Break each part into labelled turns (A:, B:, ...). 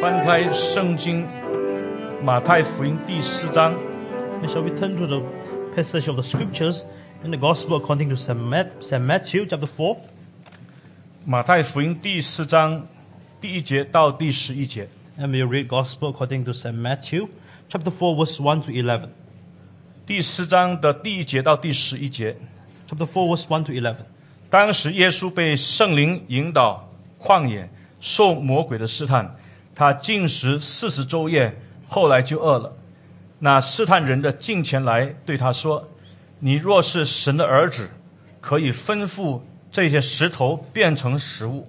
A: 翻开圣经马太福音第四章，
B: And shall we turn to the passage of the scriptures in the gospel according to St. Mat- St. Matthew chapter 4,
A: 马太福音第四章第一节到第十一节。
B: and we'll read gospel according to St. Matthew chapter 4, verse 1 to 11.
A: 第四章的第一节到第十一节，
B: Chapter 4, verse 1 to 11.
A: 当时耶稣被圣灵引导旷野，受魔鬼的试探，他进食四十昼夜，后来就饿了。那试探人的近前来对他说：“你若是神的儿子，可以吩咐这些石头变成食物。”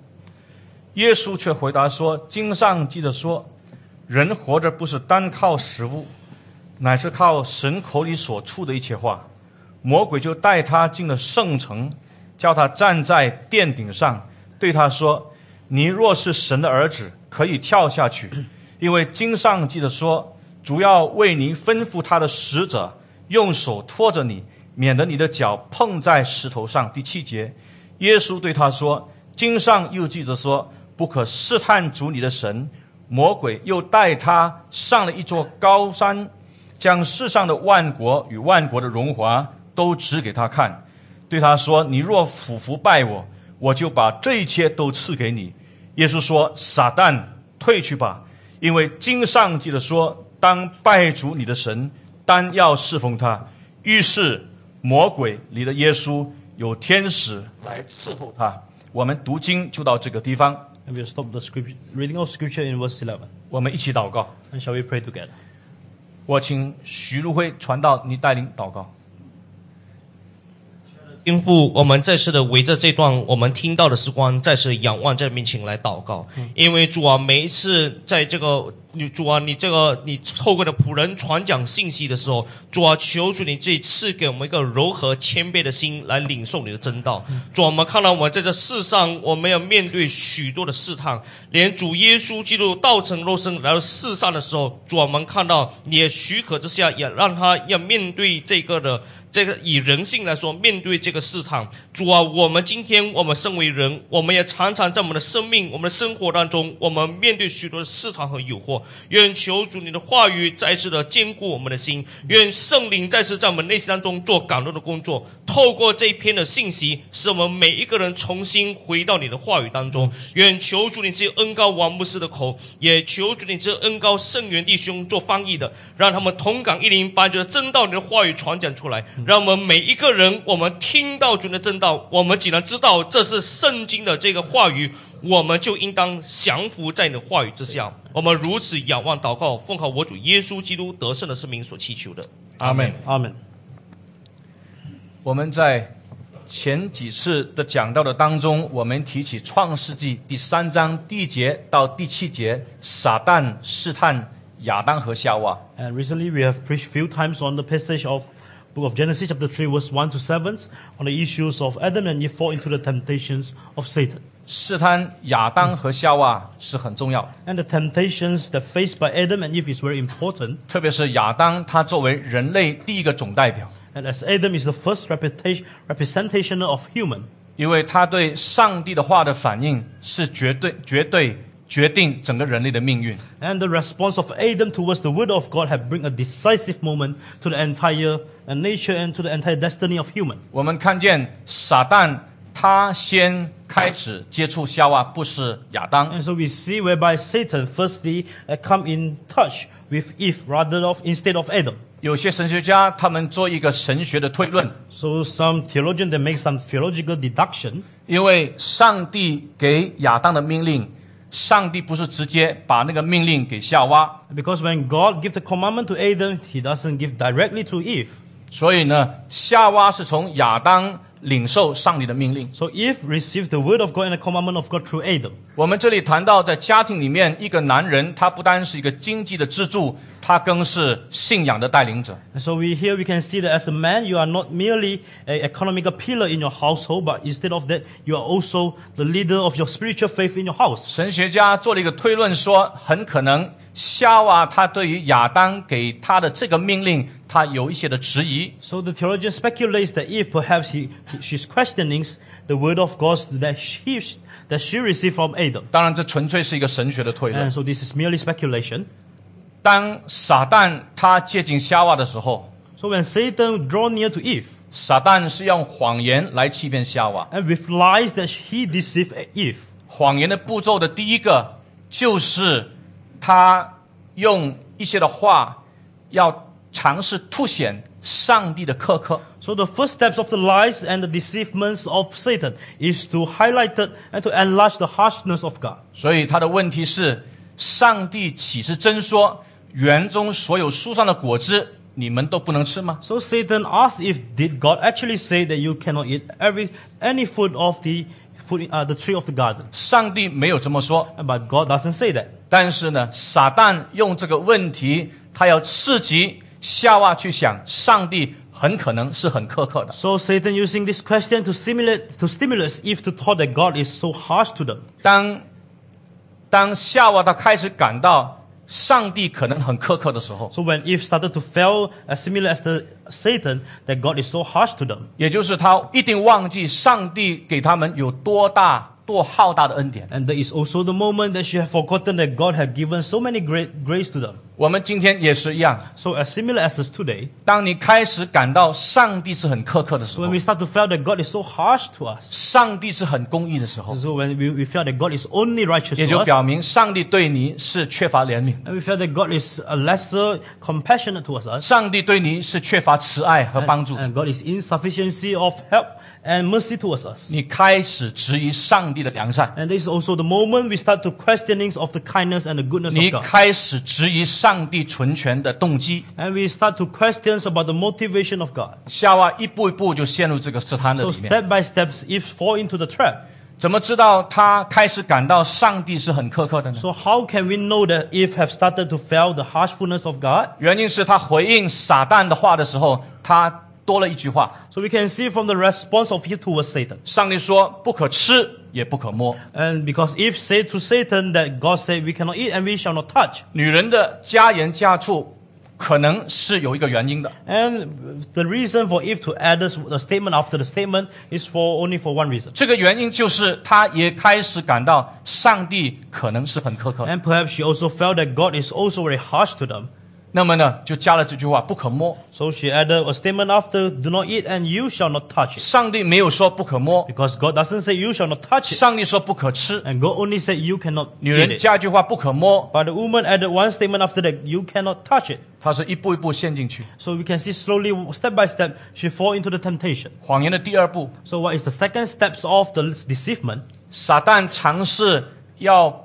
A: 耶稣却回答说：“经上记着说，人活着不是单靠食物，乃是靠神口里所出的一切话。”魔鬼就带他进了圣城，叫他站在殿顶上，对他说：“你若是神的儿子，可以跳下去， 因为经上记着说，主要为你吩咐他的使者用手托着你，免得你的脚碰在石头上。”第七节，耶稣对他说：“经上又记着说，不可试探主你的神。”魔鬼又带他上了一座高山。将世上的万国与万国的荣华都指给他看，对他说：“你若俯伏拜我，我就把这一切都赐给你。”耶稣说：“撒旦，退去吧，因为经上记着说，当拜主你的神，单要侍奉他。”于是魔鬼离了耶稣，有天使来伺候他。我们读经就到这个地方，
B: And we'll stop the scripture, reading of scripture in verse 11.
A: 我们一起祷告。
B: And shall we pray together?
A: 我请徐如辉传道，你带领祷告。
C: 天父，我们再次的围着这段我们听到的时光，再次仰望在面前来祷告，因为主啊，每一次在这个你主啊，你这个你透过的仆人传讲信息的时候，主啊，求主你自己赐给我们一个柔和谦卑的心来领受你的真道。主啊，我们看到我们在这世上，我们要面对许多的试探，连主耶稣基督道成肉身来到世上的时候，主啊，我们看到你也许可之下，也让他要面对这个的。这个以人性来说，面对这个试探，主啊，我们今天我们身为人，我们也常常在我们的生命、我们的生活当中，我们面对许多的试探和诱惑。愿求主你的话语再次的坚固我们的心，愿圣灵再次在我们内心当中做感动的工作。透过这一篇的信息，使我们每一个人重新回到你的话语当中。愿求主你自己恩高王牧师的口，也求主你自己恩高圣元弟兄做翻译的，让他们同感一灵，把你的真道、你的话语传讲出来，让我们每一个人，我们听到主的真道，我们既然知道这是圣经的这个话语，我们就应当降服在你的话语之下。我们如此仰望祷告，奉靠我主耶稣基督得胜的圣名所祈求的。
A: 阿门。
B: Amen.
A: 我们在前几次的讲到的当中，我们提起《创世纪》第三章第一节到第七节，撒旦试探亚当和夏娃。
B: And recently we have preached few times on the passage of Book of Genesis chapter 3 verse 1 to 7 on the issues of Adam and Eve fall into the temptations of Satan.
A: 试探亚当和夏娃是很重要的，
B: And the temptations that faced by Adam and Eve is very important.
A: 特别是亚当，他作为人类第一个总代表，
B: And as Adam is the first representation representation of human,
A: 因为他对上帝的话的反应是绝对、绝对决定整个人类的命运。
B: and the response of Adam towards the word of God have bring a decisive moment to the entire uh, nature and to the entire destiny of human.
A: 我们看见撒旦他先开始接触夏娃，不是亚当。
B: And so we see whereby Satan firstly uh, come in touch with Eve rather of instead of Adam.
A: 有些神学家他们做一个神学的推论，
B: So some theologian they make some theological deduction
A: 因为上帝给亚当的命令，上帝不是直接把那个命令给夏娃，
B: because when God give the commandment to Adam, he doesn't give directly to Eve.
A: 所以呢，夏娃是从亚当领受上帝的命令。
B: So Eve received the word of God and the commandment of God through Adam.
A: 我们这里谈到，在家庭里面，一个男人他不单是一个经济的支柱，他更是信仰的带领者。
B: And so we here we can see that as a man you are not merely an economical pillar in your household, but instead of that you are also the leader of your spiritual faith in your house.
A: 神学家做了一个推论说，很可能夏娃她对于亚当给他的这个命令，他有一些的质疑。
B: So the theologian speculates that Eve perhaps he, she's questioning the word of God that she that she received from Adam.
A: 当然，这纯粹是一个神学的推论
B: And。so this is merely speculation.
A: 当撒旦他接近夏娃的时候，
B: So when Satan draw near to Eve
A: 撒旦是用谎言来欺骗夏娃。
B: and with lies that he deceived Eve,
A: 谎言的步骤的第一个就是他用一些的话要尝试凸显上帝的苛刻。
B: So the first steps of the lies and the deceitments of Satan is to highlight it and to enlarge the harshness of God.
A: 所以他的问题是：上帝岂是真说园中所有树上的果子你们都不能吃吗？
B: So Satan asked if did God actually say that you cannot eat every any fruit of the fruit, uh, the tree of the garden?
A: 上帝没有这么说，
B: But God doesn't say that.
A: 但是呢，撒旦用这个问题，他要刺激夏娃去想，上帝很可能是很苛刻的。
B: So Satan using this question to simulate to stimulate Eve to thought that God is so harsh to them.
A: 当当夏娃她开始感到上帝可能很苛刻的时候，
B: So when Eve started to fail as similar as the Satan, that God is so harsh to them.
A: 也就是她一定忘记上帝给他们有多大、多浩大的恩典。
B: And there is also the moment that she had forgotten that God had given so many great grace to them.
A: 我们今天也是一样，
B: So as similar as is today,
A: 当你开始感到上帝是很苛刻的时
B: so
A: 候
B: when，we start to feel that God is so harsh to us,
A: 上帝是很公义的时候，
B: so when we, we feel that God is only righteous
A: 也
B: to
A: 就
B: us,
A: 表明上帝对你是缺乏怜悯，
B: and we feel that God is uh, lesser compassionate towards us,
A: 上帝对你是缺乏慈爱和帮
B: and,
A: 助的。
B: and God is insufficiency of help and mercy towards us.
A: 你开始质疑上帝的良善，
B: And this is also the moment we start to questionings of the kindness and the goodness
A: 你
B: of God.
A: 开始质疑上帝存全的动机。
B: And we start to questions about the motivation of God.
A: 夏娃一步一步就陷入这个试探的
B: So
A: 里面。
B: step by steps, Eve fall into the trap.
A: 怎么知道她开始感到上帝是很苛刻的呢？
B: So how can we know that Eve have started to fail the harshfulness of God?
A: 原因是她回应撒旦的话的时候，她多了一句话。
B: So we can see from the response of Eve towards Satan.
A: 上帝说：“不可吃，也不可摸。
B: And because Eve said to Satan that God said we cannot eat and we shall not touch. ”
A: 女人的加盐加醋，可能是有一个原因的，
B: And the reason for Eve to add this the statement after the statement is for only for one reason.
A: 这个原因就是她也开始感到上帝可能是很苛刻的。
B: And perhaps she also felt that God is also very harsh to them.
A: 那么呢，就加了这句话：“不可摸。
B: So she added a statement after, do not eat and you shall not touch ” it.
A: 上帝没有说不可摸，
B: Because God doesn't say you shall not touch it.
A: 上帝说不可吃。
B: And God only said you cannot
A: 女
B: eat
A: 人
B: it.
A: 加一句话：“不可摸
B: But the woman added one statement after that, you cannot touch it. ”，
A: 她是一步一步陷进去。
B: So we can see slowly, step by step, she fall into the temptation.
A: 谎言的第二步，
B: So what is the second steps of the deceivement?
A: 撒旦尝试要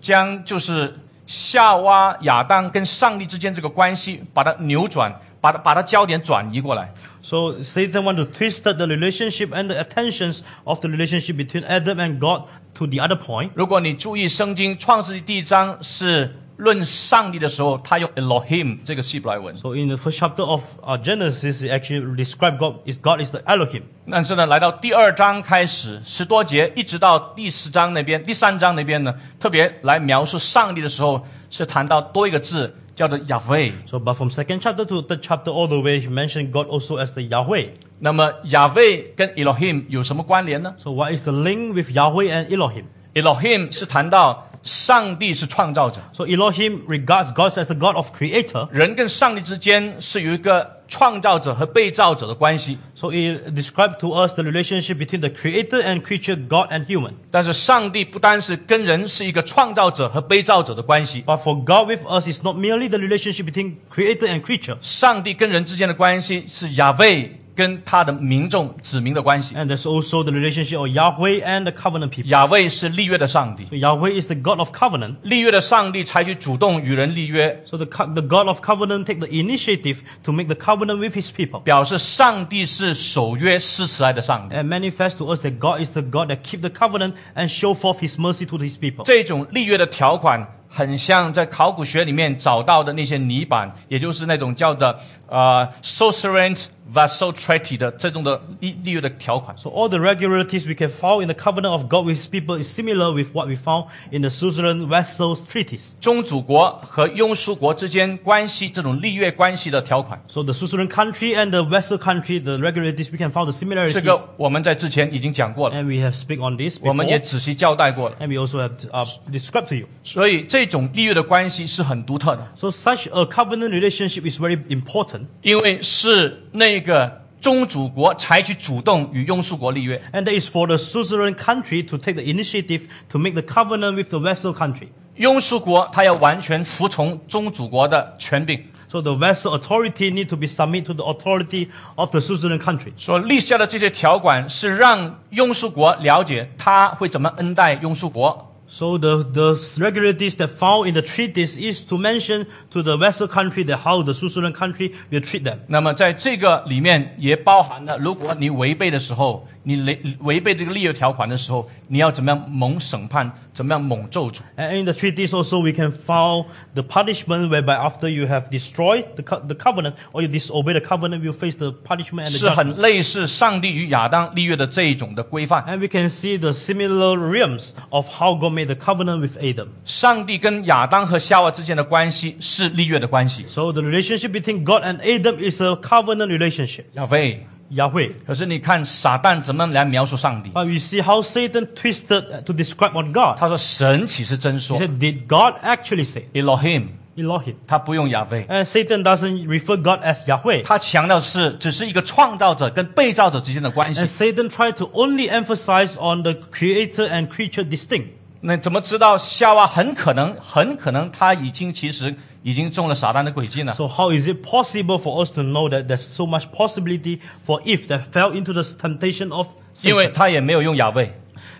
A: 将就是夏娃、亚当跟上帝之间这个关系，把它扭转，把它把它焦点转移过来。
B: So Satan want to twist the relationship and the attentions of the relationship between Adam and God to the other point.
A: 如果你注意圣经创世纪第一章是论上帝的时候，他用 Elohim 这个希伯来文，
B: So in the first chapter of uh, Genesis, it actually describe God is God is the Elohim.
A: 但是呢，来到第二章开始十多节，一直到第十章那边、第三章那边呢，特别来描述上帝的时候，是谈到多一个字叫做 Yahweh。
B: So, but from second chapter to third chapter, all the way, he mentioned God also as the Yahweh.
A: 那么亚卫跟 Elohim 有什么关联呢
B: So, what is the link with Yahweh and Elohim?
A: ？Elohim 是谈到上帝是创造者，
B: So, Elohim regards God as the God of Creator.
A: 人跟上帝之间是有一个创造者和被造者的关系，
B: So, it describes to us the relationship between the Creator and creature, God and human.
A: 但是上帝不单是跟人是一个创造者和被造者的关系，
B: But for God with us, it's not merely the relationship between Creator and creature.
A: 上帝跟人之间的关系是亚卫跟他的民众子民的关系。
B: And there's also the relationship of Yahweh and the covenant people.
A: 亚卫是立约的上帝，
B: So Yahweh is the God of covenant.
A: 立约的上帝才去主动与人立约，
B: So the, co- the God of covenant take the initiative to make the covenant with his people
A: 表示上帝是守约施慈爱的上帝。
B: and manifest to us that God is the God that keep the covenant and show forth his mercy to his people.
A: 这种立约的条款很像在考古学里面找到的那些泥板，也就是那种叫的呃 s o c e r a n t Vassal Treaty 的这种的利利率的条款。
B: So all the regularities we can found in the covenant of God with his people is similar with what we found in the suzerain vassals treaties.
A: 宗主国和庸俗国之间关系这种利越关系的条款，
B: So the suzerain country and the vassal country, the regularities we can find the
A: 这
B: similarities.
A: 个我们在之前已经讲过了，
B: And we have speak on this
A: 我
B: before,
A: 们也仔细交代过了。
B: and we also have uh, described to you.
A: 所以这种利越的关系是很独特的，
B: So such a covenant relationship is very important,
A: 因为是那个宗主国采取主动与庸俗国立约。
B: and that is for the suzerain country to take the initiative to make the covenant with the vassal country.
A: 庸俗国他要完全服从宗主国的权柄，
B: So the vassal authority need to be submit to the authority of the suzerain country.
A: 所立下的这些条款是让庸俗国了解他会怎么恩待庸俗国，
B: So the, the regularities that found in the treaties is to mention to the vassal country that how the suzerain country will treat them.
A: 那么在这个里面也包含了，如果你违背的时候，你违违背这个立约条款的时候，你要怎么样蒙审判，怎么样蒙咒诅。
B: And in the treaties also we can found the punishment whereby after you have destroyed the, co- the covenant or you disobey the covenant, you face the punishment and the
A: 是
B: judgment.
A: 很类似上帝与亚当立约的这一种的规范。
B: And we can see the similar realms of how God made the covenant with Adam.
A: 上帝跟亚当和夏娃之间的关系是立约的关系。
B: So the relationship between God and Adam is a covenant relationship.
A: 亚非，
B: Yahweh.
A: 可是你看撒旦怎么来描述上帝？
B: But we see how Satan twisted to describe on God.
A: 他说：“神岂是真
B: He
A: 说
B: said, Did God actually say
A: ？Elohim，
B: Elohim?
A: 他不用亚非，
B: And Satan doesn't refer God as Yahweh.
A: 他强调是只是一个创造者跟被造者之间的关
B: And
A: 系。
B: Satan tried to only emphasize on the creator and creature distinct.
A: 那怎么知道夏娃很可能很可能他已经其实已经中了撒旦的诡计呢？
B: So how is it possible for us to know that there's so much possibility for Eve that fell into the temptation of
A: 因为
B: Satan?
A: 他也没有用亚非，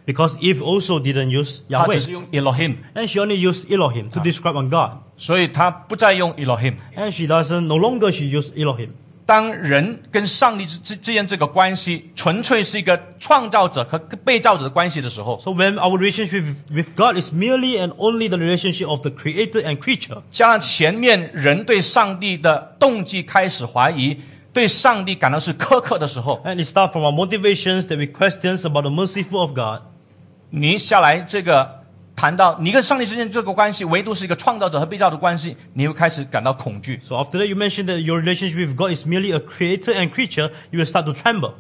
B: Because Eve also didn't use
A: 他
B: Yahweh.
A: 只是用 Elohim，
B: And she only used Elohim to describe on God.
A: 所以他不再用 Elohim。
B: And she doesn't, no longer she used Elohim.
A: 当人跟上帝之之之间这个关系纯粹是一个创造者和被造者的关系的时候，
B: So when our relationship with, with God is merely and only the relationship of the creator and creature.
A: 加上前面人对上帝的动机开始怀疑，对上帝感到是苛刻的时候，
B: And it starts from our motivations that we questions about the merciful of God.
A: 你下来这个谈到你跟上帝之间这个关系，唯独是一个创造者和被造的关系，你会开始感到恐惧。
B: So after that you mentioned that your relationship with God is merely a creator and creature, you will start to tremble.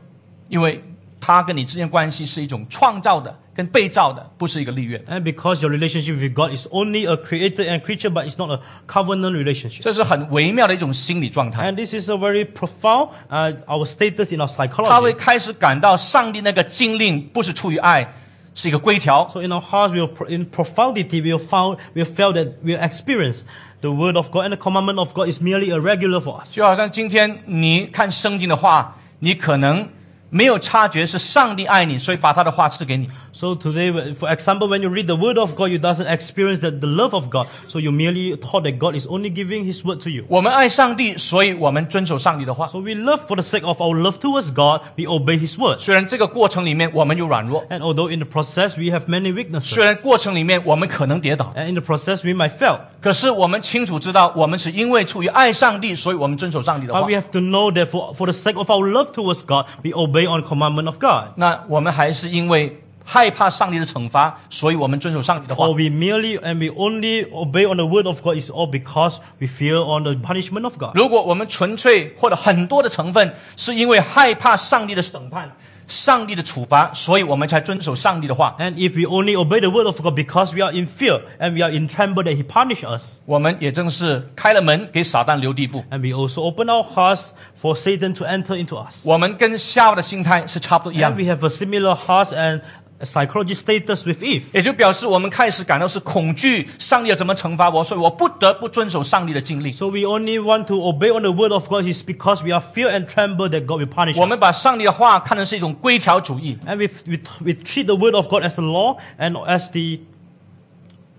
A: 因为他跟你之间关系是一种创造的跟被造的，不是一个立约的。
B: And because your relationship with God is only a creator and creature, but it's not a covenant relationship.
A: 这是很微妙的一种心理状态。
B: And this is a very profound uh, our status in our
A: 他会
B: psychology.
A: 开始感到上帝那个禁令不是出于爱，是一个规条。
B: So in our hearts, we'll, in profundity, we'll found, we'll felt that we'll experience the word of God and the commandment of God is merely a regular for us.
A: 就好像今天你看圣经的话，你可能没有察觉是上帝爱你，所以把他的话赐给你。
B: So today, for example, when you read the word of God, you doesn't experience that the love of God. So you merely thought that God is only giving His word to you.
A: 我们爱上帝，所以我们遵守上帝的话。
B: So we love for the sake of our love towards God, we obey His word.
A: 虽然这个过程里面我们有软弱，
B: And although in the process we have many weaknesses,
A: 虽然过程里面我们可能跌倒，
B: and in the process we might fail,
A: 可是我们清楚知道，我们是因为出于爱上帝，所以我们遵守上帝的话
B: but we。have to know that for, for the sake of our love towards God, we obey on commandment of God.
A: 那我们还是因为害怕上帝的惩罚，所以我们遵守上帝的话
B: Or。we merely and we only obey on the word of God is all because we fear on the punishment of God.
A: 如果我们纯粹或者很多的成分是因为害怕上帝的审判、上帝的处罚，所以我们才遵守上帝的话，
B: And if we only obey the word of God because we are in fear and we are in tremble that He punish us,
A: 我们也正是开了门给撒旦留地步。
B: and we also open our hearts for Satan to enter into us.
A: 我们跟夏娃的心态是差不多一样
B: And
A: 的
B: we，have a similar hearts and psychology status with Eve.
A: 也就表示我们开始感到是恐惧，上帝要怎么惩罚我，所以我不得不遵守上帝的禁令。
B: So we only want to obey on the word of God is because we are fear and tremble that God will punish
A: 我们
B: us.
A: 把上帝的话看成是一种规条主义，
B: And we, we, we treat the word of God as a law and as the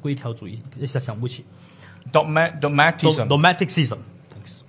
B: 规条主义，一下想不起
A: dogma- dogmatism。
B: dogmaticism. Thanks.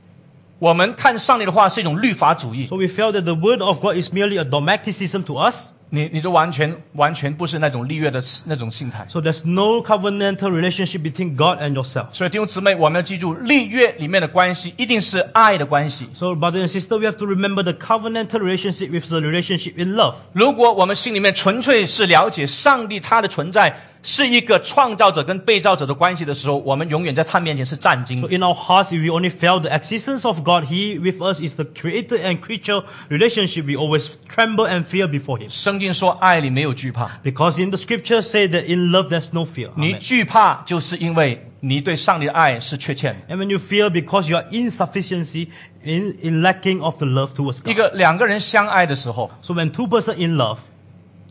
A: 我们看上帝的话是一种律法主义，
B: So we felt that the word of God is merely a dogmaticism to us.
A: 你你就完全完全不是那种立约的那种心态。
B: So there's no covenantal relationship between God and yourself.
A: 所以弟兄姊妹，我们要记住，立约里面的关系一定是爱的关系。
B: So brother and sister, we have to remember the covenantal relationship with the relationship in love.
A: 如果我们心里面纯粹是了解上帝他的存在是一个创造者跟被造者的关系的时候，我们永远在他面前是战惊
B: So。in our hearts, if we only feel the existence of God, He with us is the creator and creature relationship. We always tremble and fear before Him.
A: 圣经说，爱里没有惧怕，
B: Because in the scripture say that in love there's no fear.
A: 你
B: Amen.
A: 惧怕就是因为你对上帝的爱是缺欠的。
B: And when you fear because you are insufficiency in, in lacking of the love towards
A: 一
B: God.
A: 个两个人相爱的时候，
B: So when two person in love,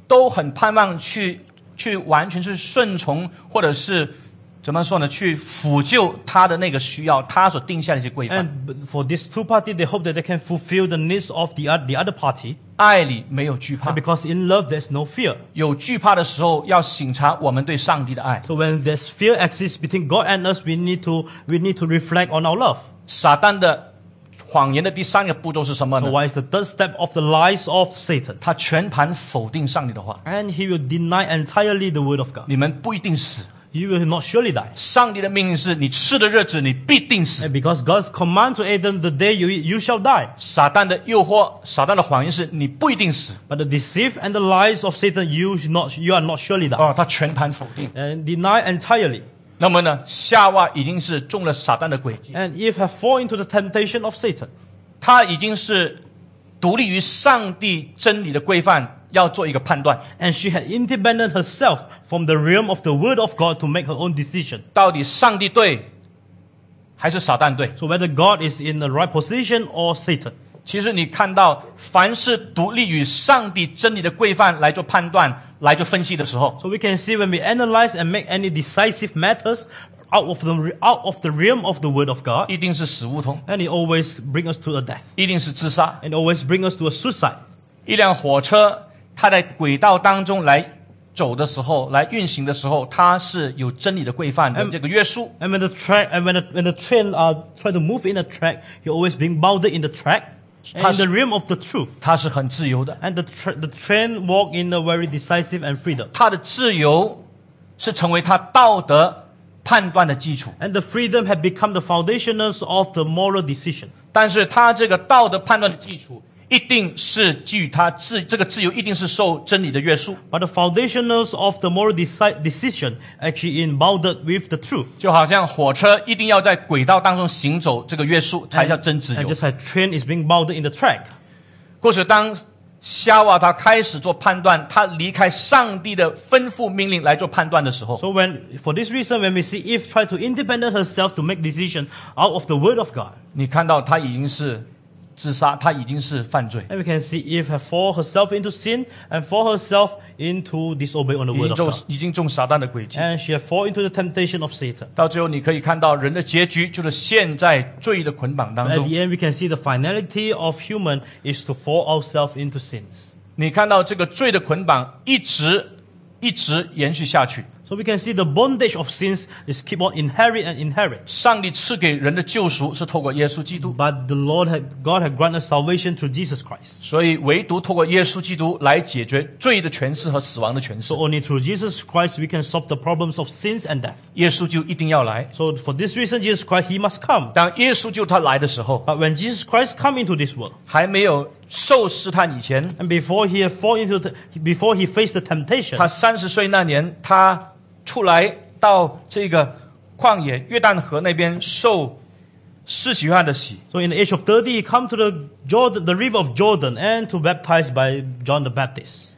A: 都很盼望去去完全是顺从，或者是怎么说呢？去辅救他的那个需要，他所定下的一些规范。
B: and b- for these two party, they hope that they can fulfill the needs of the, oth- the other party.
A: 爱里没有惧怕
B: And，because in love there's no fear.
A: 有惧怕的时候要省察我们对上帝的爱。
B: So when there's fear exists between God and us, we need to we need to reflect on our love.
A: 撒旦的谎言的第三个步骤是什么
B: So
A: 呢？
B: what is the third step of the lies of Satan?
A: 他全盘否定上帝的话，
B: And he will deny entirely the word of God.
A: 你们不一定死。
B: You will not surely die.
A: 上帝的命令是你吃的日子你必定死。
B: And because God's command to Adam, the day you eat, you shall die.
A: 撒旦的诱惑，撒旦的谎言是你不一定死。
B: But the deceit and the lies of Satan, you should not you are not surely die.
A: 哦，他全盘否定。
B: And deny entirely.
A: 那么呢，夏娃已经是中了撒旦的诡计，
B: And Eve have fallen into the temptation of Satan.
A: 他已经是独立于上帝真理的规范，要做一个判断，
B: And she had independent herself from the realm of the word of God to make her own decision.
A: 到底上帝对还是撒旦对？
B: So whether God is in the right position or Satan.
A: 其实你看到，凡是独立于上帝真理的规范来做判断、来做分析的时候，
B: So we can see when we analyze and make any decisive matters out of the out of the realm of the word of God,
A: 一定是死胡同，
B: and it always bring us to a death,
A: 一定是自杀。
B: and always bring us to a suicide.
A: 一辆火车，它在轨道当中来走的时候，来运行的时候，它是有真理的规范的这个约束。
B: And when the track and when the, when the train uh, try to move in a track, you're always being bounded in the track, and in
A: Touch-
B: the realm of the truth.
A: 它是很自由的，
B: And the tra- the train walk in a very decisive and freedom.
A: 他的自由是成为他道德判断的基础，
B: And the freedom had become the foundationers of the moral decision.
A: 但是他这个道德判断的基础一定是基于他自这个自由一定是受真理的约束，
B: But the foundationers of the moral deci- decision actually in bounded with the truth.
A: 就好像火车一定要在轨道当中行走，这个约束才叫真自
B: And
A: 由
B: just。like train is being bounded in the track.
A: 故此，当夏娃他开始做判断，他离开上帝的吩咐命令来做判断的时候，
B: So when, for this reason, when we see Eve try to independent herself to make decision out of the word of God,
A: 你看到他已经是自杀，他已经是犯罪，
B: and we can see Eve have fall herself into sin and fall herself into disobey on the
A: 已经
B: word of
A: 中
B: God.
A: 已经中撒旦的诡计。
B: And she have fall into the temptation of Satan.
A: 到最后，你可以看到人的结局就是陷在罪的捆绑当
B: At
A: 中。
B: the end, we can see the finality of human is to fall ourselves into sins.
A: 你看到这个罪的捆绑一直一直延续下去。
B: So we can see the bondage of sins is keep on inherit and inherit.
A: 上帝赐给人的救赎是透过耶稣基督，
B: But the Lord had, God had granted us salvation through Jesus Christ.
A: 所以唯独透过耶稣基督来解决罪的权势和死亡的权势
B: So。only through Jesus Christ we can solve the problems of sins and death.
A: 耶稣就一定要来。
B: So for this reason, Jesus Christ He must come.
A: 当耶稣就他来的时候，
B: But when Jesus Christ come into this world,
A: 还没有受试探以前，
B: and before he had fall into the, before he faced the temptation,
A: 他三十岁那年，他出来到这个旷野约旦河那边受施洗约翰的洗。
B: so in the age of thirty, he come to the Jordan, the river of Jordan, and to baptized by John the Baptist.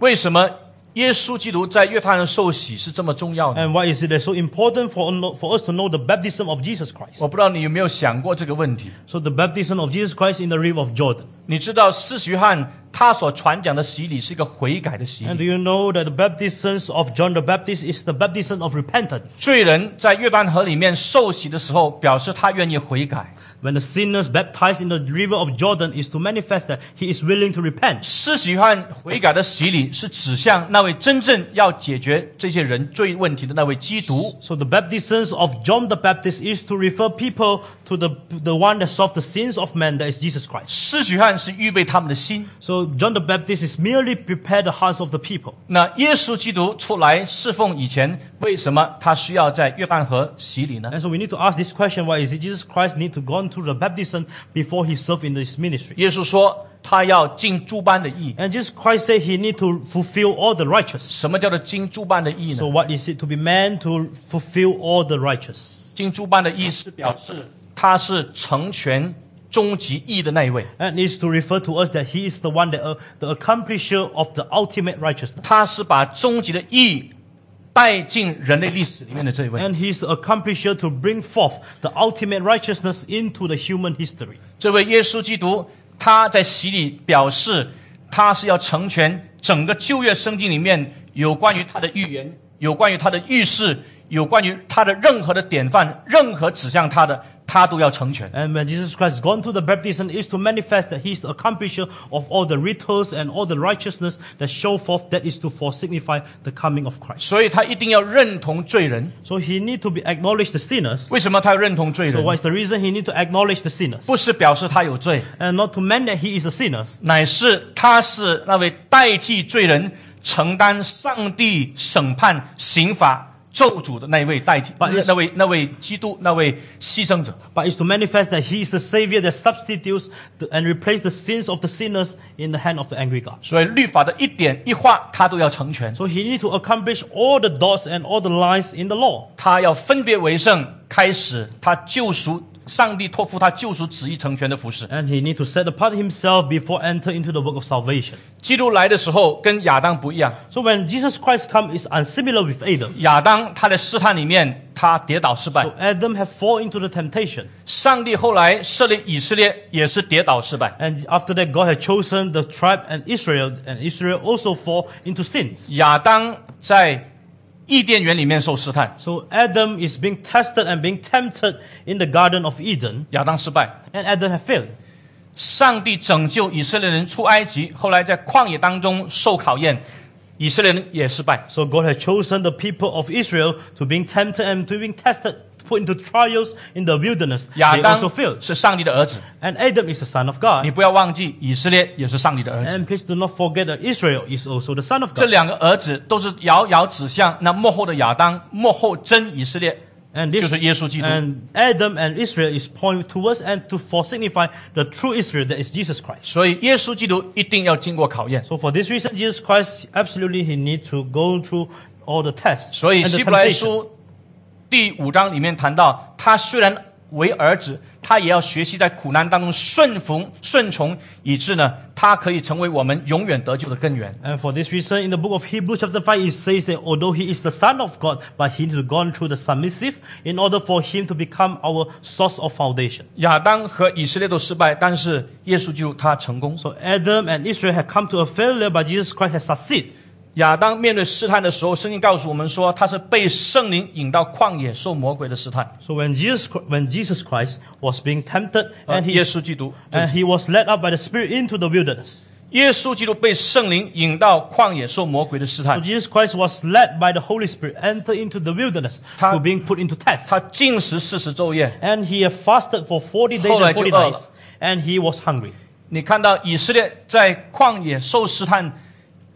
A: 为什么耶稣基督在约旦河受洗是这么重要呢？
B: And why is it so important for for us to know the baptism of Jesus Christ?
A: 我不知道你有没有想过这个问题。
B: So the baptism of Jesus Christ in the river of Jordan.
A: 你知道施洗约翰他所传讲的洗礼是一个悔改的洗
B: And do
A: 礼，
B: you know that the baptism of John the Baptist is the baptism of repentance?
A: 罪人在约旦河里面受洗的时候，表示他愿意悔改。
B: When the sinners baptized in the river of Jordan is to manifest that he is willing to repent.
A: 施洗约翰悔改的洗礼是指向那位真正要解决这些人罪问题的那位基督。
B: So the baptism of John the Baptist is to refer people to the, the one that solved the sins of man, that is Jesus Christ.
A: 施洗约翰是预备他们的心，
B: So So John the Baptist is merely prepare the hearts of the people.
A: 那耶稣基督出来侍奉以前，为什么他需要在约旦河洗礼呢？
B: And so we need to ask this question, why is it Jesus Christ need to go through the baptism before he served in this ministry?
A: 耶稣说他要尽诸般的义。
B: And Jesus Christ said he need to fulfill all the righteous.
A: 什么叫做尽诸般的义呢
B: So？what is it to be man to fulfill all the righteous?
A: 尽诸般的义是表示他是成全终极义的那一位，
B: And is to refer to us that he is the one that uh, the accomplisher of the ultimate righteousness.
A: 他是把终极的义带进人类历史里面的这一位。
B: And he is the accomplisher to bring forth the ultimate righteousness into the human history.
A: 这位耶稣基督，他在洗礼表示他是要成全整个旧约圣经里面有关于他的预言、有关于他的预示、有关于他的任何的典范、任何指向他的，他都要成全。
B: And when Jesus Christ gone through the baptism is to manifest that he is the accomplisher of all the rituals and all the righteousness that show forth that is to for signify the coming of Christ.
A: 所以他一定要认同罪人。
B: So he need to be acknowledged the sinners.
A: 为什么他要认同罪
B: So
A: 人？
B: what is the reason he need to acknowledge the sinners?
A: 不是表示他有罪，
B: And not to man that he is a sinner,
A: 乃是他是那位代替罪人承担上帝审判、刑罚、咒诅的那一位代替，
B: But yes.
A: 那位那位基督那位牺牲者。
B: but is to manifest that he is the savior that substitutes the, and replaces the sins of the sinners in the hand of the angry God.
A: 所以律法的一点一画，他都要成全，
B: So he need to accomplish all the dots and all the lines in the law.
A: 他要分别为圣，开始他救赎上帝托付他救赎旨意成全的服饰。
B: And he need to set apart himself before enter into the work of salvation.
A: 基督来的时候跟亚当不一样，
B: So when Jesus Christ comes, it's unsimilar with Adam.
A: 亚当他的试探里面他跌倒失败
B: So，Adam have fall into the temptation,
A: 上帝后来设立以色列也是跌倒失败。
B: and after that, God had chosen the tribe and Israel, and Israel also fall into sins.
A: 亚当在伊甸园里面受试探，
B: So Adam is being tested and being tempted in the Garden of Eden,
A: 亚当失败。
B: and Adam have failed.
A: 上帝拯救以色列人出埃及，后来在旷野当中受考验，以色列人也失败。
B: So God had chosen the people of Israel to being tempted and to being tested, put into trials in the wilderness.
A: 亚
B: they
A: 当
B: also failed.
A: 是上帝的儿子，
B: And Adam is the son of
A: 你
B: God.
A: 不要忘记，以色列也是上帝的儿子。
B: And please do not forget that Israel is also the son of
A: 这
B: God.
A: 两个儿子都是遥遥指向那幕后的亚当，幕后真以色列。
B: And this
A: 就是耶稣基督。
B: and Adam and Israel is point towards and to for signify the true Israel that is Jesus Christ.
A: 所以耶稣基督一定要经过考验。
B: So for this reason, Jesus Christ absolutely he need to go through all the tests.
A: 所以
B: and the
A: 希伯来
B: temptation.
A: 书第五章里面谈到，他虽然为儿子，他也要学习在苦难当中顺服顺从，以致呢，他可以成为我们永远得救的根源。
B: And for this reason, in the book of Hebrews chapter 5, it says that although he is the son of God, but he need to go through the submissive in order for him to become our source of foundation.
A: 亚当和以色列都失败，但是耶稣基督他成功。
B: So Adam and Israel had come to a failure, but Jesus Christ has succeeded.
A: 亚当面对试探的时候，圣经告诉我们说，他是被圣灵引到旷野受魔鬼的试探。
B: So when Jesus, when Jesus Christ was being tempted
A: 呃
B: and he
A: 耶稣基督，
B: and he was led up by the Spirit into the wilderness.
A: 耶稣基督被圣灵引到旷野受魔鬼的试
B: So
A: 探，
B: Jesus Christ was led by the Holy Spirit, entered into the wilderness
A: 他-
B: to being put into test.
A: 他禁食四十昼夜。
B: And he had fasted for 40 days and 40
A: 后来就饿了。
B: nights. And he was hungry.
A: 你看到以色列在旷野受试探、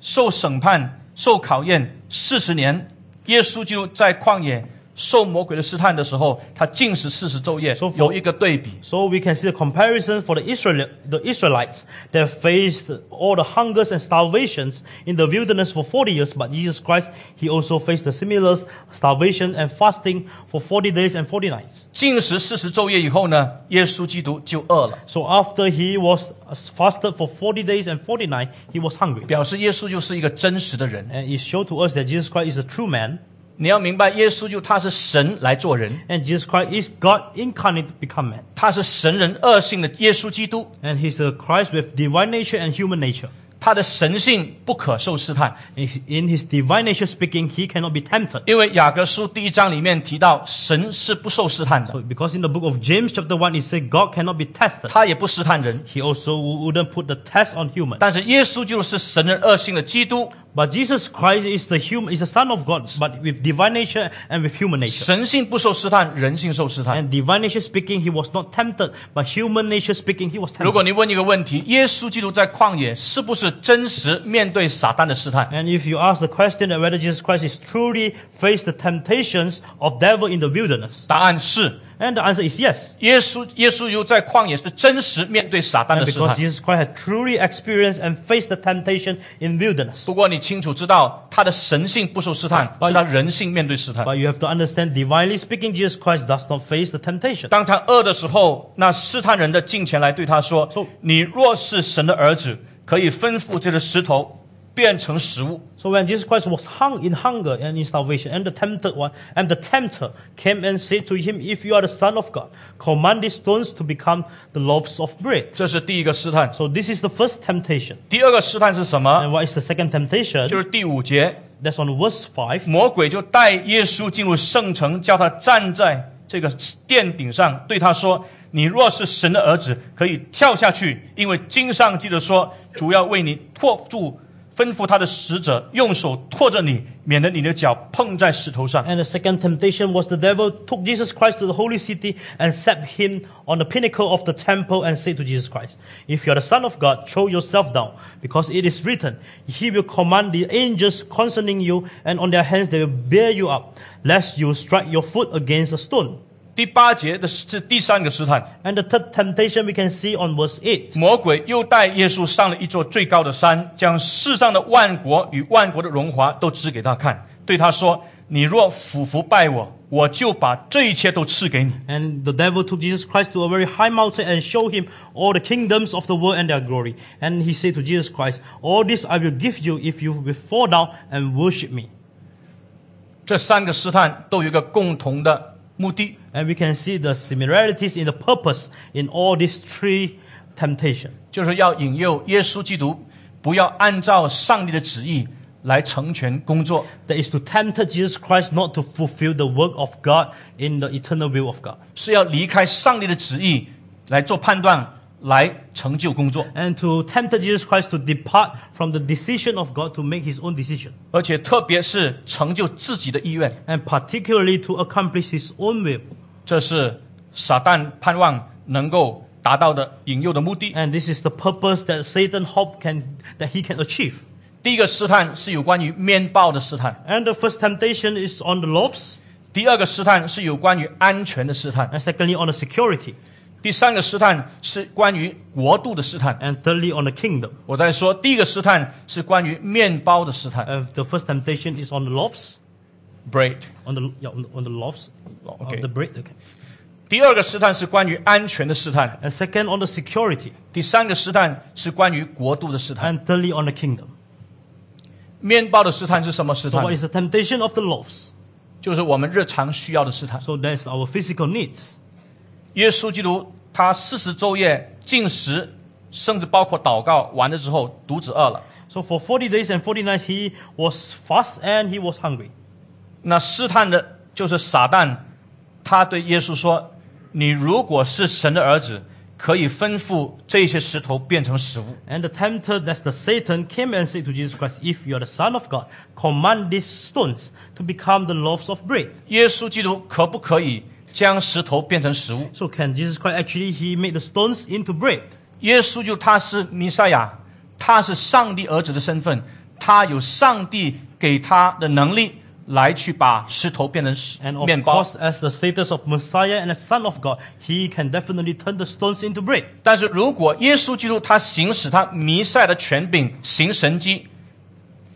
A: 受审判、受考验四十年，耶稣基督在旷野受魔鬼的试探的时候，他禁食四十昼夜
B: 说，服
A: 有一个对比。
B: So we can see the comparison for the, Israel, the Israelites that faced all the hungers and starvations in the wilderness for 40 years. But Jesus Christ, he also faced the similar starvation and fasting for 40 days and 40 nights.
A: 禁食四十昼夜以后呢，耶稣基督就饿了，
B: So after he was fasted for 40 days and 40 nights, he was hungry.
A: 表示耶稣就是一个真实的人。
B: And it showed to us that Jesus Christ is a true man,
A: 你要明白，耶稣就他是神来做人，
B: and Jesus Christ is God incarnate to become man.
A: 他是神人恶性的耶稣基督，
B: And he's a Christ with divine nature and human nature.
A: 他的神性不可受试探。
B: In his- In his divine nature speaking, he cannot be tempted.
A: 因为雅各书第一章里面提到，神是不受试探的，
B: But because in the book of James, chapter 1, it says God cannot be tested.
A: 他也不试探人。
B: He also wou- wouldn't put the test on human.
A: 但是耶稣就是神人恶性的基督，
B: But Jesus Christ is the human, is the Son of God, but with divine nature and with human nature.
A: 神性不受试探，人性受试探。
B: And divine nature speaking, he was not tempted, but human nature speaking, he was
A: 如
B: tempted.
A: 果你问一个问题，耶稣基督在旷野是不是真实面对撒旦的试探？
B: And if you ask the question that whether Jesus Christ is truly faced the temptations of devil in the wilderness,
A: 答案是，
B: and the answer is yes.
A: 耶稣耶稣又在旷野是真实面对撒旦
B: And
A: 的试
B: because
A: 探。
B: Jesus Christ had truly experienced and faced the temptation in wilderness.
A: 不过你清楚知道，他的神性不受试探，是他人性面对试探。
B: But you have to understand, divinely speaking, Jesus Christ does not face the temptation.
A: 当他饿的时候，那试探人的近前来对他说
B: So-：“
A: 你若是神的儿子，可以吩咐这个石头变成食物。
B: So when Jesus Christ was hung in hunger and in starvation, and the tempted one and the tempter came and said to him, If you are the Son of God, command these stones to become the loaves of bread. ”
A: 这是第一个试探。
B: So this is the first temptation.
A: 第二个试探是什么？
B: And what is the second temptation?
A: 就是第五节，
B: That's on verse 5.
A: 魔鬼就带耶稣进入圣城，叫他站在这个殿顶上，对他说：“你若是神的儿子，可以跳下去，因为经上记着说，主要为你托住，吩咐他的使者用手托着你，免得你的脚碰在石头上。
B: And the second temptation was the devil took Jesus Christ to the holy city and set him on the pinnacle of the temple and said to Jesus Christ, If you are the Son of God, throw yourself down, because it is written, He will command the angels concerning you, and on their hands they will bear you up, lest you strike your foot against a stone. ”
A: 第八节的是第三个试探，
B: And the third temptation we can see on verse 8.
A: 魔鬼又带耶稣上了一座最高的山，将世上的万国与万国的荣华都指给他看，对他说：“你若俯伏拜我，我就把这一切都赐给你。”
B: And the devil took Jesus Christ to a very high mountain and showed him all the kingdoms of the world and their glory. And he said to Jesus Christ, All this I will give you if you will fall down and worship me.
A: 这三个试探都有一个共同的目的，
B: And we can see the similarities in the purpose in all these three temptations.
A: 就是要引诱耶稣基督不要按照上帝的旨意来成全工作。
B: That is to tempt Jesus Christ not to fulfill the work of God in the eternal will of God.
A: 是要离开上帝的旨意来做判断，来成就工作，
B: And to tempt Jesus Christ to depart from the decision of God to make his own decision.
A: 而且特别是成就自己的意愿。
B: And particularly to accomplish his own will.
A: 这是撒旦盼望能够达到的引诱的目的。
B: And this is the purpose that Satan hope can that he can achieve.
A: 第一个试探是有关于面包的试探，
B: And the first temptation is on the loaves,
A: 第二个试探是有关于安全的试探，
B: and secondly on the security,
A: 第三个试探是关于国度的试探。
B: and thirdly on the kingdom.
A: 我在说，第一个试探是关于面包的试探
B: And the first temptation is on the loaves,
A: ，bread。
B: on the yeah, on the, on the loaves
A: okay.
B: of the bread. Okay.
A: 第二个试探是关于安全的试探，
B: And second on the security,
A: 第三个试探是关于国度的试探。
B: and thirdly on the kingdom.
A: 面包的试探是什么试
B: So
A: 探
B: what？is the temptation of the loaves?
A: 就是我们日常需要的试探。
B: So that's our physical needs.
A: 耶稣基督他四十昼夜进食，甚至包括祷告完了之后，肚子饿了。
B: So for 40 days and 40 nights he was fast and he was hungry.
A: 那试探的就是撒旦，他对耶稣说：“你如果是神的儿子，可以吩咐这些石头变成食物。”
B: And the tempter, that's the Satan, came and said to Jesus Christ, If you are the Son of God, command these stones to become the loaves of bread.
A: 耶稣基督可不可以将石头变成食物？
B: So can Jesus Christ actually he made the stones into bread?
A: 耶稣就他是弥赛亚，他是上帝儿子的身份，他有上帝给他的能力来去把石头变成石
B: And of
A: 面包。
B: course, as the status of Messiah and a Son of God, he can definitely turn the stones into bread.
A: 但是如果耶稣基督他行使他弥赛亚的权柄，行神迹，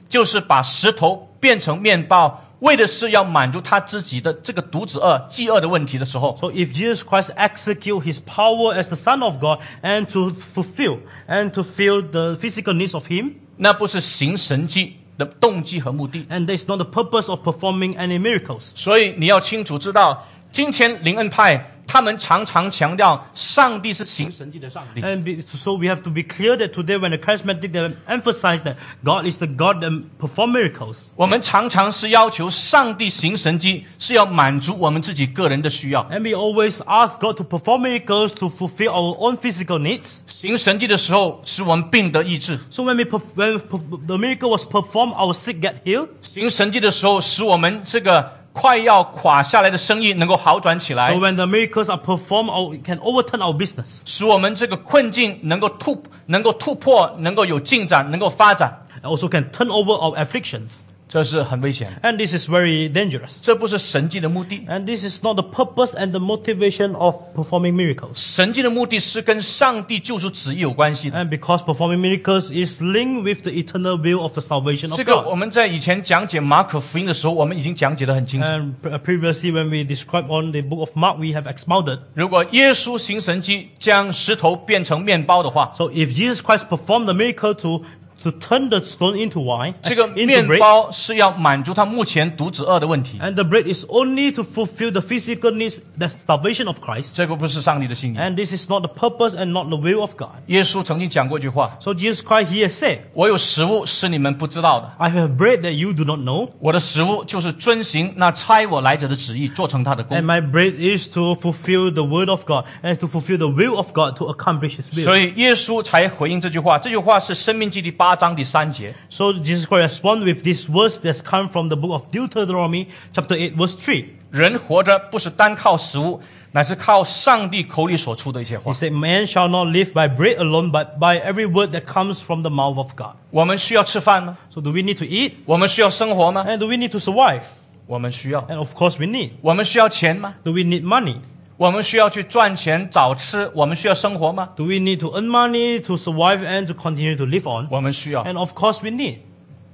A: 就是把石头变成面包，为的是要满足他自己的这个独子饿、饥饿的问题的时候，
B: So if Jesus Christ execute his power as the Son of God and to fulfill and to fill the physical needs of him,
A: 那不是行神迹的动机和目的。
B: and that's not the purpose of performing any miracles.
A: 所以你要清楚知道，今天灵恩派他们常常强调上帝是行神迹的上帝。
B: And be, so we have to be clear that today, when the charismatic they emphasize that God is the God that perform miracles,
A: 我们常常是要求上帝行神迹，是要满足我们自己个人的需要。
B: and we always ask God to perform miracles to fulfill our own physical needs.
A: 行神迹的时候，使我们病得医治；
B: So when we perf- when perf- the miracle was performed, our sick get healed.
A: 行神迹的时候，使我们这个快要垮下来的生意能够好转起来
B: So，when the miracles are performed, our, it can overturn our business.
A: 使我们这个困境能够突能够突破，能够有进展，能够发展。
B: It also can turn over our afflictions.
A: 这是很危险的，
B: And this is very dangerous.
A: 这不是神迹的目的。
B: And this is not the purpose and the motivation of performing miracles.
A: 神迹的目的是跟上帝救赎旨意有关系的。
B: And because performing miracles is linked with the eternal will of the salvation
A: 这
B: of
A: 个
B: God.
A: 我们在以前讲解马可福音的时候，我们已经讲解得很清楚。
B: And pre- previously, when we described on the book of Mark, we have expounded.
A: 如果耶稣行神迹，将石头变成面包的话，
B: So if Jesus Christ performed the miracle to to turn the stone into wine,
A: 这个
B: into
A: 面
B: bread,
A: 包是要满足他目前独子饿的问题，
B: and the bread is only to fulfill the physical needs, the salvation of Christ.
A: 这个不是上帝的心意。
B: And this is not the purpose and not the will of God.
A: 耶稣曾经讲过一句话
B: So Jesus Christ here said,：“
A: 我有食物是你们不知道的，
B: I have bread that you do not know,
A: 我的食物就是遵行那差我来者的旨意，做成他的功
B: and。my bread is to fulfill the word of God and to fulfill the will of God to accomplish His ” will.
A: 所以耶稣才回应这句话。这句话是《生命记》第八章第三节。
B: So Jesus Christ responded with these words that's come from the book of Deuteronomy, chapter 8, verse 3.
A: 人活着不是单靠食物，乃是靠上帝口里所出的一些
B: He
A: 话。
B: said, Man shall not live by bread alone, but by every word that comes from the mouth of God.
A: 我们需要吃饭吗？
B: So do we need to eat?
A: 我们需要生活吗？
B: And do we need to survive?
A: 我们需要。
B: And of course we need.
A: 我们需要钱吗？
B: Do we need money?
A: 我们需要去赚钱找吃？我们需要生活吗？
B: Do we need to earn money to survive and to continue to live on?
A: 我们需要。
B: And of course we need.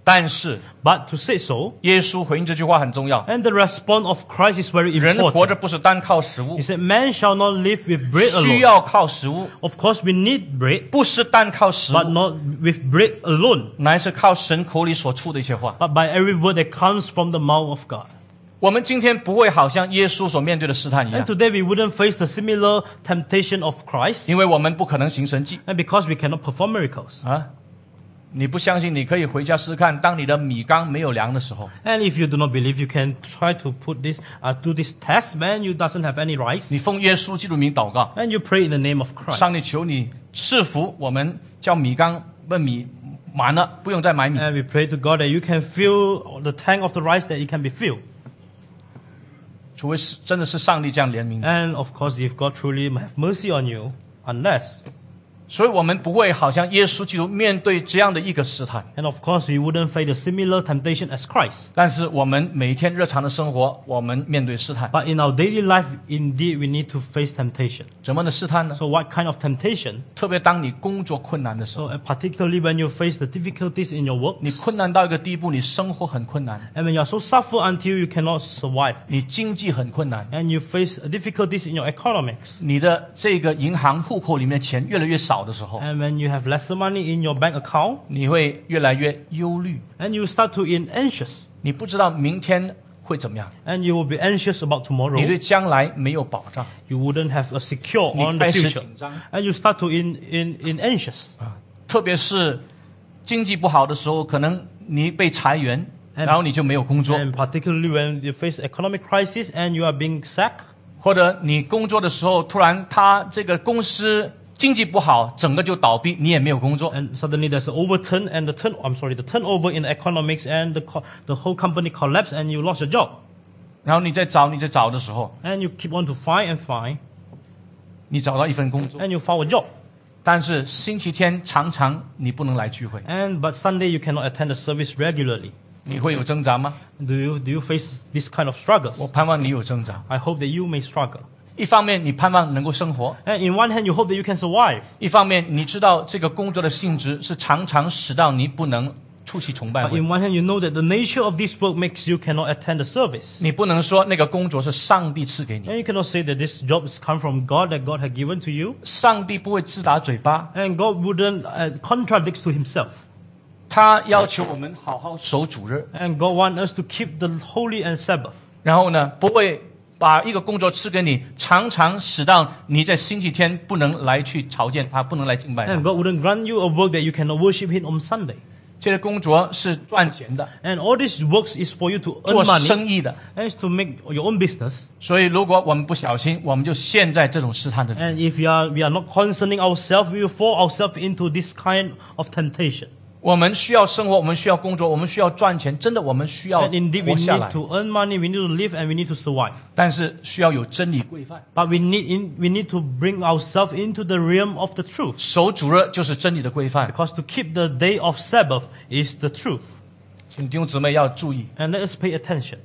A: 但是
B: But to say so,
A: 耶稣回应这句话很重要。
B: and the response of Christ is very
A: 人活
B: important.
A: 着不是单靠食物
B: He，said, Man shall not live with bread
A: 需
B: alone.
A: 要靠食物，
B: Of course, we need bread,
A: 不是单靠食
B: but
A: 物，
B: not with bread alone,
A: 乃是靠神口里所出的一些话。
B: but by every word that comes from the mouth of God.
A: 我们今天不会好像耶稣所面对的试探一
B: And
A: 样，
B: today we wouldn't face the similar temptation of Christ,
A: 因为我们不可能行神迹
B: and because we cannot perform miracles.
A: 啊！你不相信，你可以回家试试看。当你的米缸没有粮的时候，
B: And if you do not believe, you can try to put this, uh, do this test when you doesn't have any rice,
A: 你奉耶稣基督名祷告，
B: and you pray in the name of Christ.
A: 上帝求你赐福我们，叫米缸问米满了，不用再买米。
B: And we pray to God that you can fill the tank of the rice that it can be filled.
A: 除非是真的是上帝这样怜悯你，
B: And of course, if God truly have mercy on you, unless.
A: 所以我们不会好像耶稣基督面对这样的一个试探。
B: And of course, we wouldn't face a similar temptation as Christ.
A: 但是我们每天日常的生活，我们面对试探，
B: But in our daily life, indeed, we need to face temptation.
A: 怎么的试探呢？
B: So, what kind of temptation?
A: 特别当你工作困难的时候，
B: So, uh, particularly when you face the difficulties in your work,
A: 你困难到一个地步，你生活很困难，
B: and when you are so suffer until you cannot survive,
A: 你经济很困难，
B: and you face difficulties in your economics,
A: 你的这个银行户口里面的钱越来越少的时候，
B: and when you have lesser money in your bank account,
A: 你会越来越忧虑，
B: and you start to be anxious,
A: 你不知道明天会怎么样，
B: and you will be anxious about
A: 你对
B: tomorrow.
A: 将来没有保障
B: You wouldn't have a secure on the
A: 你开始
B: future,
A: 紧张。
B: and you start to in in in anxious.
A: 啊。特别是经济不好的时候，可能你被裁员，然后你就没有工作，
B: And particularly when you face economic crisis and you are being sacked,
A: 或者你工作的时候，突然他这个公司经济不好，整个就倒闭，你也没有工作。
B: and suddenly there's an overturn and the turn I'm sorry the turnover in economics and the co- the whole company collapse and you lost your job
A: 然后你再找，你再找的时候，
B: and you keep on to find and find
A: 你找到一份工作，
B: and you found a job
A: 但是星期天常常你不能来聚会，
B: and but Sunday you cannot attend the service regularly.
A: 你会有挣扎吗？
B: Do you do you face this kind of
A: 我
B: struggles?
A: 盼望你有挣扎。
B: I hope that you may struggle.
A: 一方面你盼望能够生活，
B: And in one hand you hope that you can survive,
A: 一方面你知道这个工作的性质是常常使到你不能出席崇拜
B: but
A: 会
B: in。one hand you know that the nature of this work makes you cannot attend the service.
A: 你不能说那个工作是上帝赐给你，
B: And you cannot say that this job has come from God that God had given to you.
A: 上帝不会自打嘴巴，
B: And God wouldn't uh, contradicts to himself.
A: 他要求我们好好守主日，
B: And God wants us to keep the holy and Sabbath.
A: 然后呢，不会把一个工作赐给你，常常使到你在星期天不能来去朝见他，不能来敬拜他
B: And。God wouldn't grant you a work that you cannot worship Him on Sunday.
A: 这些工作是赚钱的，
B: And all these works is for you to
A: 做
B: earn money
A: 生意的。
B: and it's to make your own business.
A: 所以，如果我们不小心，我们就陷在这种试探的。
B: And if we are, we are not concerning ourselves, we will fall ourselves into this kind of temptation.
A: 我们需要生活，我们需要工作，我们需要赚钱，真的，我们需要
B: And indeed, we
A: 活下
B: need
A: 来。
B: to earn money, we need to live, and we need to survive.
A: 但是需要有真理规范，
B: But we need, in, we need to bring ourselves into the realm of the truth.
A: 守主日就是真理的规范。
B: Because to keep the day of Sabbath is the truth.
A: 请弟兄姊妹要注意，
B: And let us pay attention.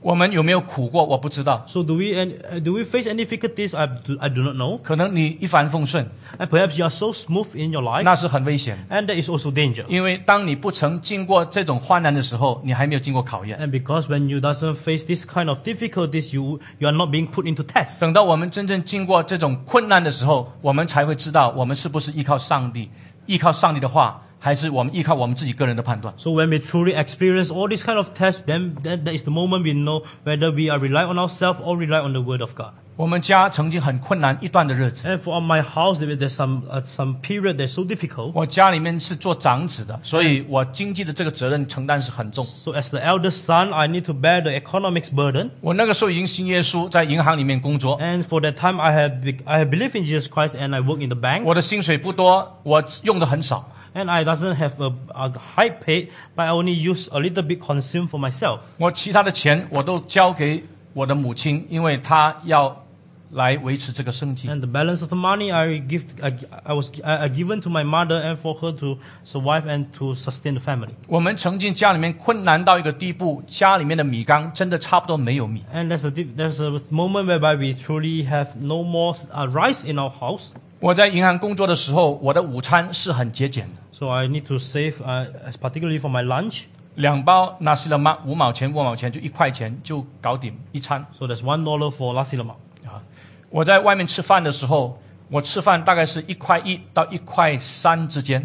A: 我们有没有苦过？我不知道，
B: So do we and uh, do we face any difficulties? I do, I do not know.
A: 可能你一帆风顺，
B: And perhaps you are so smooth in your life,
A: 那是很危险。
B: and that is also danger.
A: 因为当你不曾经过这种患难的时候，你还没有经过考验。
B: And because when you doesn't face this kind of difficulties, you you are not being put into test.
A: 等到我们真正经过这种困难的时候，我们才会知道我们是不是依靠上帝，依靠上帝的话，还是我们依靠我们自己个人的判断。
B: So when we truly experience all this kind of test, then that, that is the moment we know whether we are relying on ourselves or rely on the Word of God.
A: 我们家曾经很困难一段的日子，
B: And for my house, there- there's some uh, some period that's so difficult.
A: 我家里面是做长子的，所以我经济的这个责任承担是很重。
B: So as the eldest son, I need to bear the economics burden.
A: 我那个时候已经信耶稣，在银行里面工作，
B: And for that time, I have be- I have believed in Jesus Christ, and I work in the bank.
A: 我的薪水不多，我用的很少，
B: and I doesn't have a, a high pay, but I only use a little bit consumed for myself.
A: 我其他的钱我都交给我的母亲，因为她要来维持这个生计。
B: And the balance of the money I give, I, I was I, I given to my mother and for her to survive and to sustain the family.
A: 我们曾经家里面困难到一个地步，家里面的米缸真的差不多没有米。
B: And there's a di- there's a moment whereby we truly have no more uh, rice in our house.
A: 我在银行工作的时候，我的午餐是很节俭的，
B: So I need to save, uh, as particularly for my lunch.
A: 两包纳西勒玛五毛钱，五毛钱就一块钱就搞定一餐
B: So that's one dollar for nasi lemak.
A: 啊。我在外面吃饭的时候，我吃饭大概是一块一到一块三之间。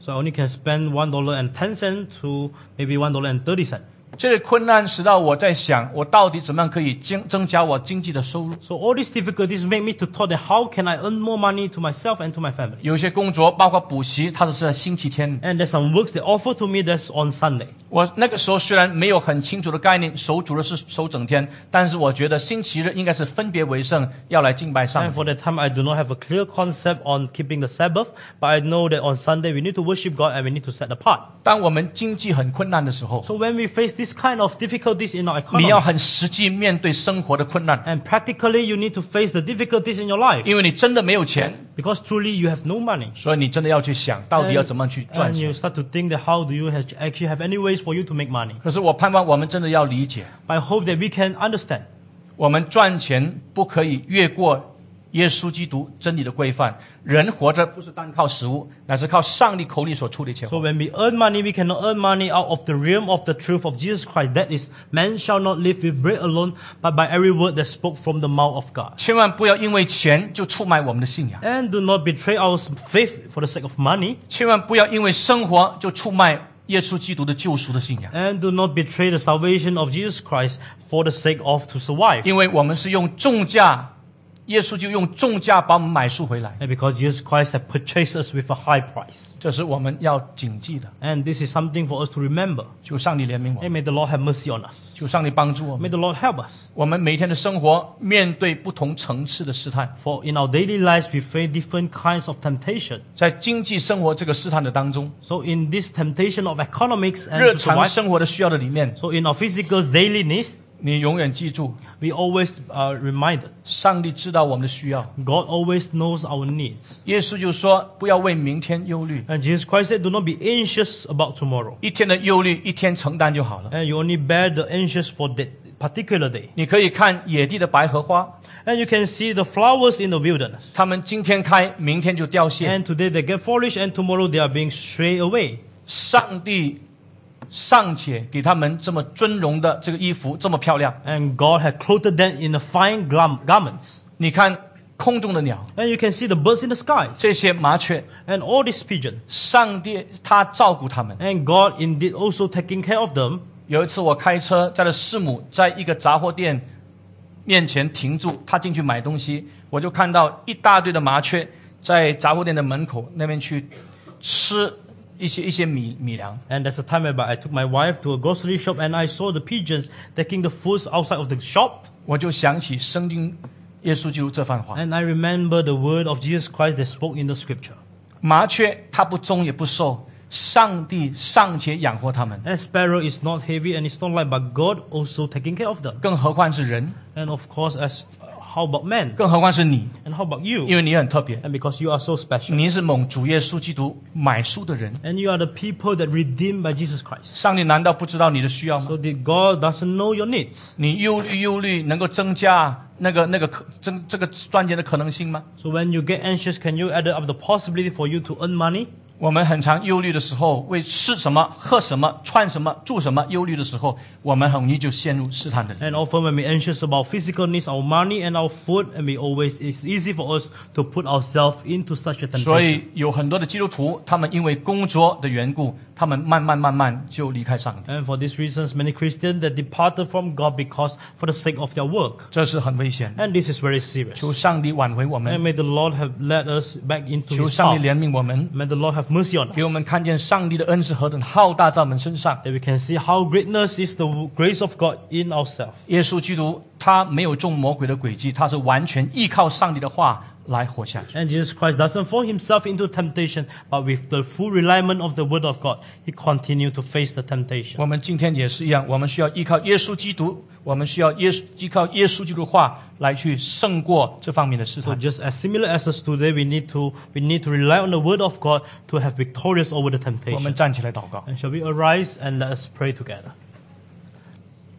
B: So I only can spend one dollar and ten cent to maybe one dollar and thirty cent.
A: 这个困难使到我在想，我到底怎么样可以增增加我经济的收入？
B: So all these difficulties make me to thought that how can I earn more money to myself and to my family.
A: 有些工作包括补习，它是在星期天。
B: And there's some works they offer to me that's on Sunday.
A: 我那个时候虽然没有很清楚的概念，守主的是守整天，但是我觉得星期日应该是分别为圣，要来敬拜上
B: And
A: 帝。
B: for that time, I do not have a clear concept on keeping the Sabbath, but I know that on Sunday we need to worship God and we need to set apart.
A: 当我们经济很困难的时候，
B: So when we face this kind of difficulties in our
A: 你要
B: economy,
A: 很实际面对生活的困难，
B: and practically you need to face the difficulties in your life
A: 因为你真的没有钱，
B: because truly you have no money.
A: 所以你真的要去想到底要怎么样去赚
B: And
A: 钱。
B: you start to think that how do you have, actually have any ways for you to make money?
A: 可是我盼望我们真的要理解，
B: I hope that we can understand
A: 我们赚钱不可以越过耶稣基督真理的规范。人活着不是单靠食物，乃是靠上帝口里所出的钱。
B: So when we earn money, we cannot earn money out of the realm of the truth of Jesus Christ. That is, man shall not live with bread alone, but by every word that spoke from the mouth of God.
A: 千万不要因为钱就出卖我们的信仰。
B: And do not betray our faith for the sake of money,
A: 千万不要因为生活就出卖耶稣基督的救赎的信仰，
B: and do not betray the salvation of Jesus Christ for the sake of to survive.
A: 因为我们是用重价，耶稣就用重价把我们买赎回来，
B: And because Jesus Christ has purchased us with a high price.
A: 这是我们要谨记的。
B: And this is something for us to remember.
A: 求上帝怜悯我们，
B: And may the Lord have mercy on us.
A: 求上帝帮助我
B: May
A: 们。
B: the Lord help us.
A: 我们每天的生活面对不同层次的试探，
B: For in our daily lives, we face different kinds of temptation.
A: 在经济生活这个试探的当中，
B: So in this temptation of economics and
A: 日
B: to
A: 常
B: survive,
A: 生活的需要的里面，
B: So in our physical daily needs,
A: 你永远记住，
B: we always are reminded.
A: 上帝知道我们的需要。
B: God always knows our needs.
A: 耶稣就说：“不要为明天忧虑，
B: And Jesus Christ said, do not be anxious about tomorrow.
A: 一天的忧虑一天承担就好了。
B: And you only bear the anxious for that particular day. ”
A: 你可以看野地的白荷花，
B: And you can see the flowers in the wilderness.
A: 他们今天开，明天就凋谢。
B: And today they get foolish and tomorrow they are being strayed away.
A: 上帝尚且给他们这么尊荣的这个衣服这么漂亮，
B: And God had clothed them in the fine glam- garments.
A: 你看空中的鸟，
B: And you can see the birds in the skies
A: 这些麻雀，
B: and all these pigeons.
A: 上帝他照顾他们。
B: And God indeed also taking care of them.
A: 有一次我开车载了师母在一个杂货店面前停住，他进去买东西，我就看到一大堆的麻雀在杂货店的门口那边去吃一些一些米米粮。
B: And there's a time whereby I took my wife to a grocery shop and I saw the pigeons taking the foods outside of the shop.
A: 我就想起圣经耶稣基督这番话：
B: And I remember the word of Jesus Christ that spoke in the scripture.
A: 麻雀它不忠也不受，上帝尚且养活它们，
B: And sparrow is not heavy and it's not light, but God also taking care of them.
A: 更何况是人，
B: And of course, as how about men?
A: 更何况是你，
B: And how about
A: 因
B: you?
A: 为你很特别，
B: And because you are so special.
A: 你是蒙主耶稣基督买书的人。
B: And you are the people that redeemed by Jesus Christ.
A: 上帝难道不知道你的需要吗？
B: So that God doesn't know your needs.
A: 你忧虑忧虑，能够增加那个那个可增这个赚钱的可能性吗？
B: So when you get anxious, can you add up the possibility for you to earn money?
A: 我们很常忧虑的时候，为吃什么、喝什么、穿什么、住什么忧虑的时候，我们很容易就陷入试探的里。
B: And often when we're anxious about physical needs, our money and our food, and we always it's easy for us to put ourselves into such a
A: 所
B: temptation.
A: 以有很多的基督徒，他们因为工作的缘故，他们慢慢慢慢就离开上帝，
B: And for these reasons, many Christians that departed from God because for the sake of their work.
A: 这是很危险的。嗯
B: And this is very serious.
A: 求上帝挽回我
B: And
A: 们，
B: may the Lord have led us back into
A: 求
B: His
A: 上
B: path.
A: 帝怜悯我们，
B: May the Lord have mercy on
A: 给
B: us.
A: 我们看见上帝的恩是何等浩大在我们身上。
B: That we can see how greatness is the grace of God in ourselves.
A: 耶稣基督他没有中魔鬼的诡计，他是完全依靠上帝的话来活下去。
B: And Jesus Christ doesn't fall himself into temptation, but with the full reliance of the word of God, he continued to face the temptation.
A: 我们今天也是一样，我们需要依靠耶稣基督，我们需要耶稣依靠耶稣基督的话来去胜过这方面的试
B: So
A: 探。
B: just as similar as us today, we need to we need to rely on the word of God to have victorious over the
A: 我们
B: temptation.
A: 站起来祷告，
B: And shall we arise and let us pray together?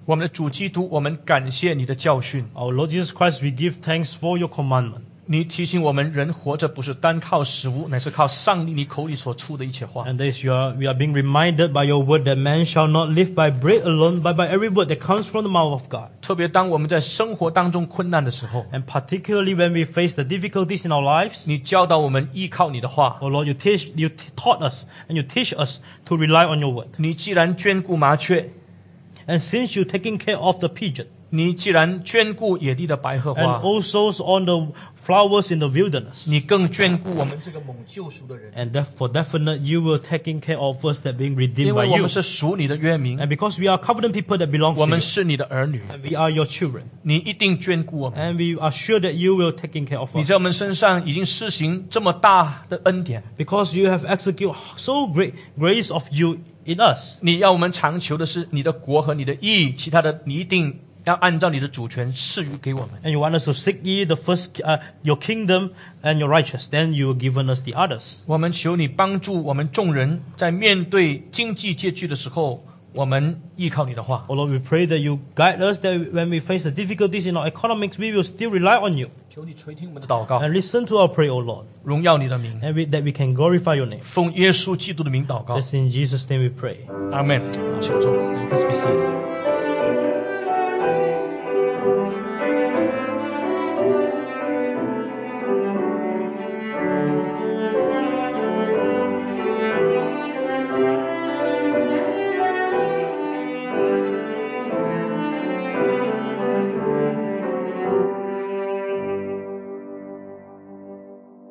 A: 我们的主基督，我们感谢你的教训，
B: Our Lord Jesus Christ, we give thanks for your commandment.
A: 你提醒我们，人活着不是单靠食物，乃是靠上帝你口里所出的一切话。
B: And this you are, we are being reminded by your word that man shall not live by bread alone, but by every word that comes from the mouth of God.
A: 特别当我们在生活当中困难的时候，
B: And particularly when we face the difficulties in our lives,
A: 你教导我们依靠你的话。
B: oh Lord, you teach you t- taught us and you teach us to rely on your word.
A: 你既然眷顾麻雀，
B: And since you're taking care of the pigeon
A: 你既然眷顾野地的白荷
B: and
A: 花，
B: also on the flowers in the wilderness.
A: 你更眷顾我们这个蒙救赎的人，
B: And therefore, definite, you were taking care of us that being
A: 因
B: redeemed by
A: 为我
B: you.
A: 们是属你的约民，
B: And because we are covenant people that belong
A: 我
B: to
A: 们
B: you,
A: 是你的儿女，
B: and we are your children,
A: 你一定眷顾我们。
B: and we are sure that you will taking care of
A: 你
B: us.
A: 在我们身上已经施行这么大的恩典，
B: Because you have executed so great grace of you in us.
A: 你要我们常求的是你的国和你的义，其他的你一定要按照你的主权赐予给我们。
B: And you want us to seek ye the first, uh, your kingdom and your righteousness. Then you have given us the others.
A: 我们求你帮助我们众人在面对经济拮据的时候，我们依靠你的话，
B: Oh Lord, we pray that you guide us that when we face the difficulties in our economics, we will still rely on you
A: 求你垂听我们的祷告，
B: and listen to our prayer, O Lord,
A: 荣耀你的名，
B: and we, that we can glorify your name.
A: 奉耶稣基督的名祷告，
B: That's in Jesus' name we pray.
A: 阿门。请坐。
B: Let's be seated.